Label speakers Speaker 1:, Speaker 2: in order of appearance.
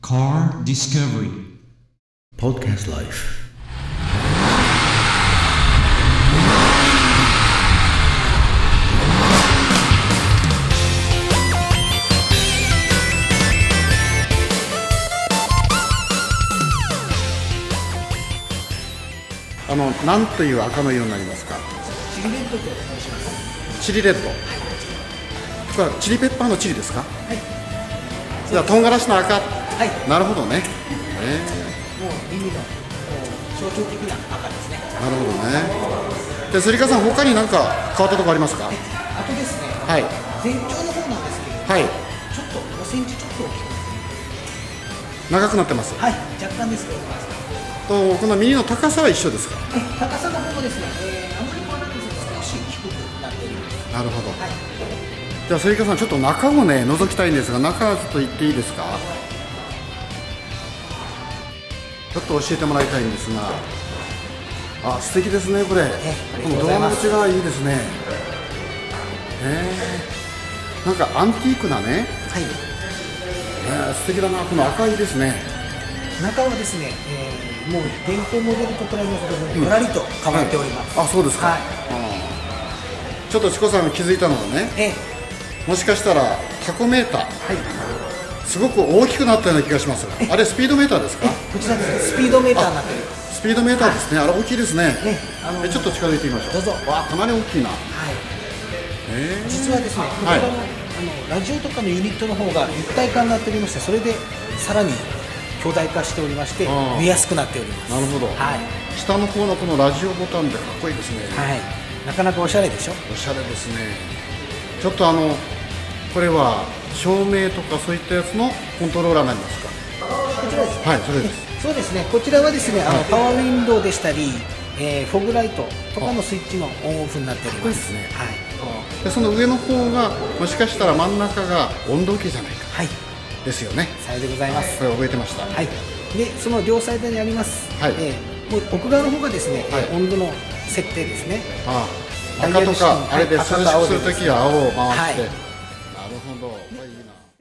Speaker 1: Car Discovery
Speaker 2: Podcast Life.
Speaker 3: あの、なんという赤の色になりますか。チリレッドと申します。チリレッド。これはチリペッパーのチリですか。はい。じゃあ、唐辛子の赤。はい。なるほどね。ね。もう、意味の。象徴的な赤ですね。なるほどね。で、すりかさん、他になんか変わったとこありますか。
Speaker 4: あとですね、
Speaker 3: はい。
Speaker 4: 全長の方なんですけど、
Speaker 3: はい。
Speaker 4: ちょっと5センチちょっと大きく、
Speaker 3: 長くなってます。
Speaker 4: はい、若干ですけど、
Speaker 3: と、この耳の高さは一緒ですか。
Speaker 4: 高さの方もですね、えー、あまり変わらないんですけど、少し低くなっているんです。
Speaker 3: なるほど。
Speaker 4: はい、
Speaker 3: じゃあ、すりかさん、ちょっと中をね、覗きたいんですが、中ちょっと行っていいですか。ちょっと教えてもらいたいんですが。あ、素敵ですね、これ。
Speaker 4: あり
Speaker 3: こ
Speaker 4: がと
Speaker 3: の
Speaker 4: う
Speaker 3: ド
Speaker 4: ござ
Speaker 3: ア
Speaker 4: い
Speaker 3: の
Speaker 4: ま
Speaker 3: 口
Speaker 4: す
Speaker 3: がいいですね。ええなんかアンティークなね、
Speaker 4: はい、
Speaker 3: えー、素敵だな、この赤いですね。
Speaker 4: 中はですね、えー、もう伝統モデルと比べると、ぐらりと変わっております。
Speaker 3: はいあ、そうですか。
Speaker 4: はい
Speaker 3: うんちょっとチコさんが気づいたのがね、
Speaker 4: えー
Speaker 3: もしかしたらタコメーター、
Speaker 4: はい、
Speaker 3: すごく大きくなったような気がします。あれスピードメーターですか？
Speaker 4: こちらですね、スピードメーターになっております。
Speaker 3: スピードメーターですね、あれ大きいですね。
Speaker 4: ねあのー
Speaker 3: えちょっと近づいてみましょう。
Speaker 4: どうぞ
Speaker 3: わあ、かなり大きいな。
Speaker 4: はい、
Speaker 3: え
Speaker 4: 実はですね、こちらの、あのラジオとかのユニットの方が一体化になっておりまして、それでさらに巨大化しておりまして
Speaker 3: あー、
Speaker 4: 見やすくなっております。
Speaker 3: なるほど。
Speaker 4: はい。
Speaker 3: 下の方のこのラジオボタンでかっこいいですね。
Speaker 4: はい、なかなかおしゃれでしょ。
Speaker 3: おしゃれですね。ちょっとあのこれは照明とかそういったやつのコントローラーになります
Speaker 4: こちらです。
Speaker 3: か。はい、それです。
Speaker 4: そうですね。こちらはですね、あのパワーウィンドウでしたり、えーフォグライトとかのスイッチのオンオフになっており
Speaker 3: こい
Speaker 4: ま。
Speaker 3: いですすね
Speaker 4: はい。
Speaker 3: でその上の方がもしかしたら真ん中が温度計じゃないか
Speaker 4: はい、
Speaker 3: ですよね。
Speaker 4: さようでございます。
Speaker 3: これ覚えてました。
Speaker 4: はい。で、その両サイドにあります。
Speaker 3: はい
Speaker 4: えーもう奥側の方がですね、
Speaker 3: はい
Speaker 4: 温度の設定ですね。
Speaker 3: ああ
Speaker 4: ダイヤ
Speaker 3: 赤
Speaker 4: ル
Speaker 3: と
Speaker 4: 式の
Speaker 3: かあれで涼しくするときは青を回して、
Speaker 4: はい
Speaker 3: なるほどこれいいな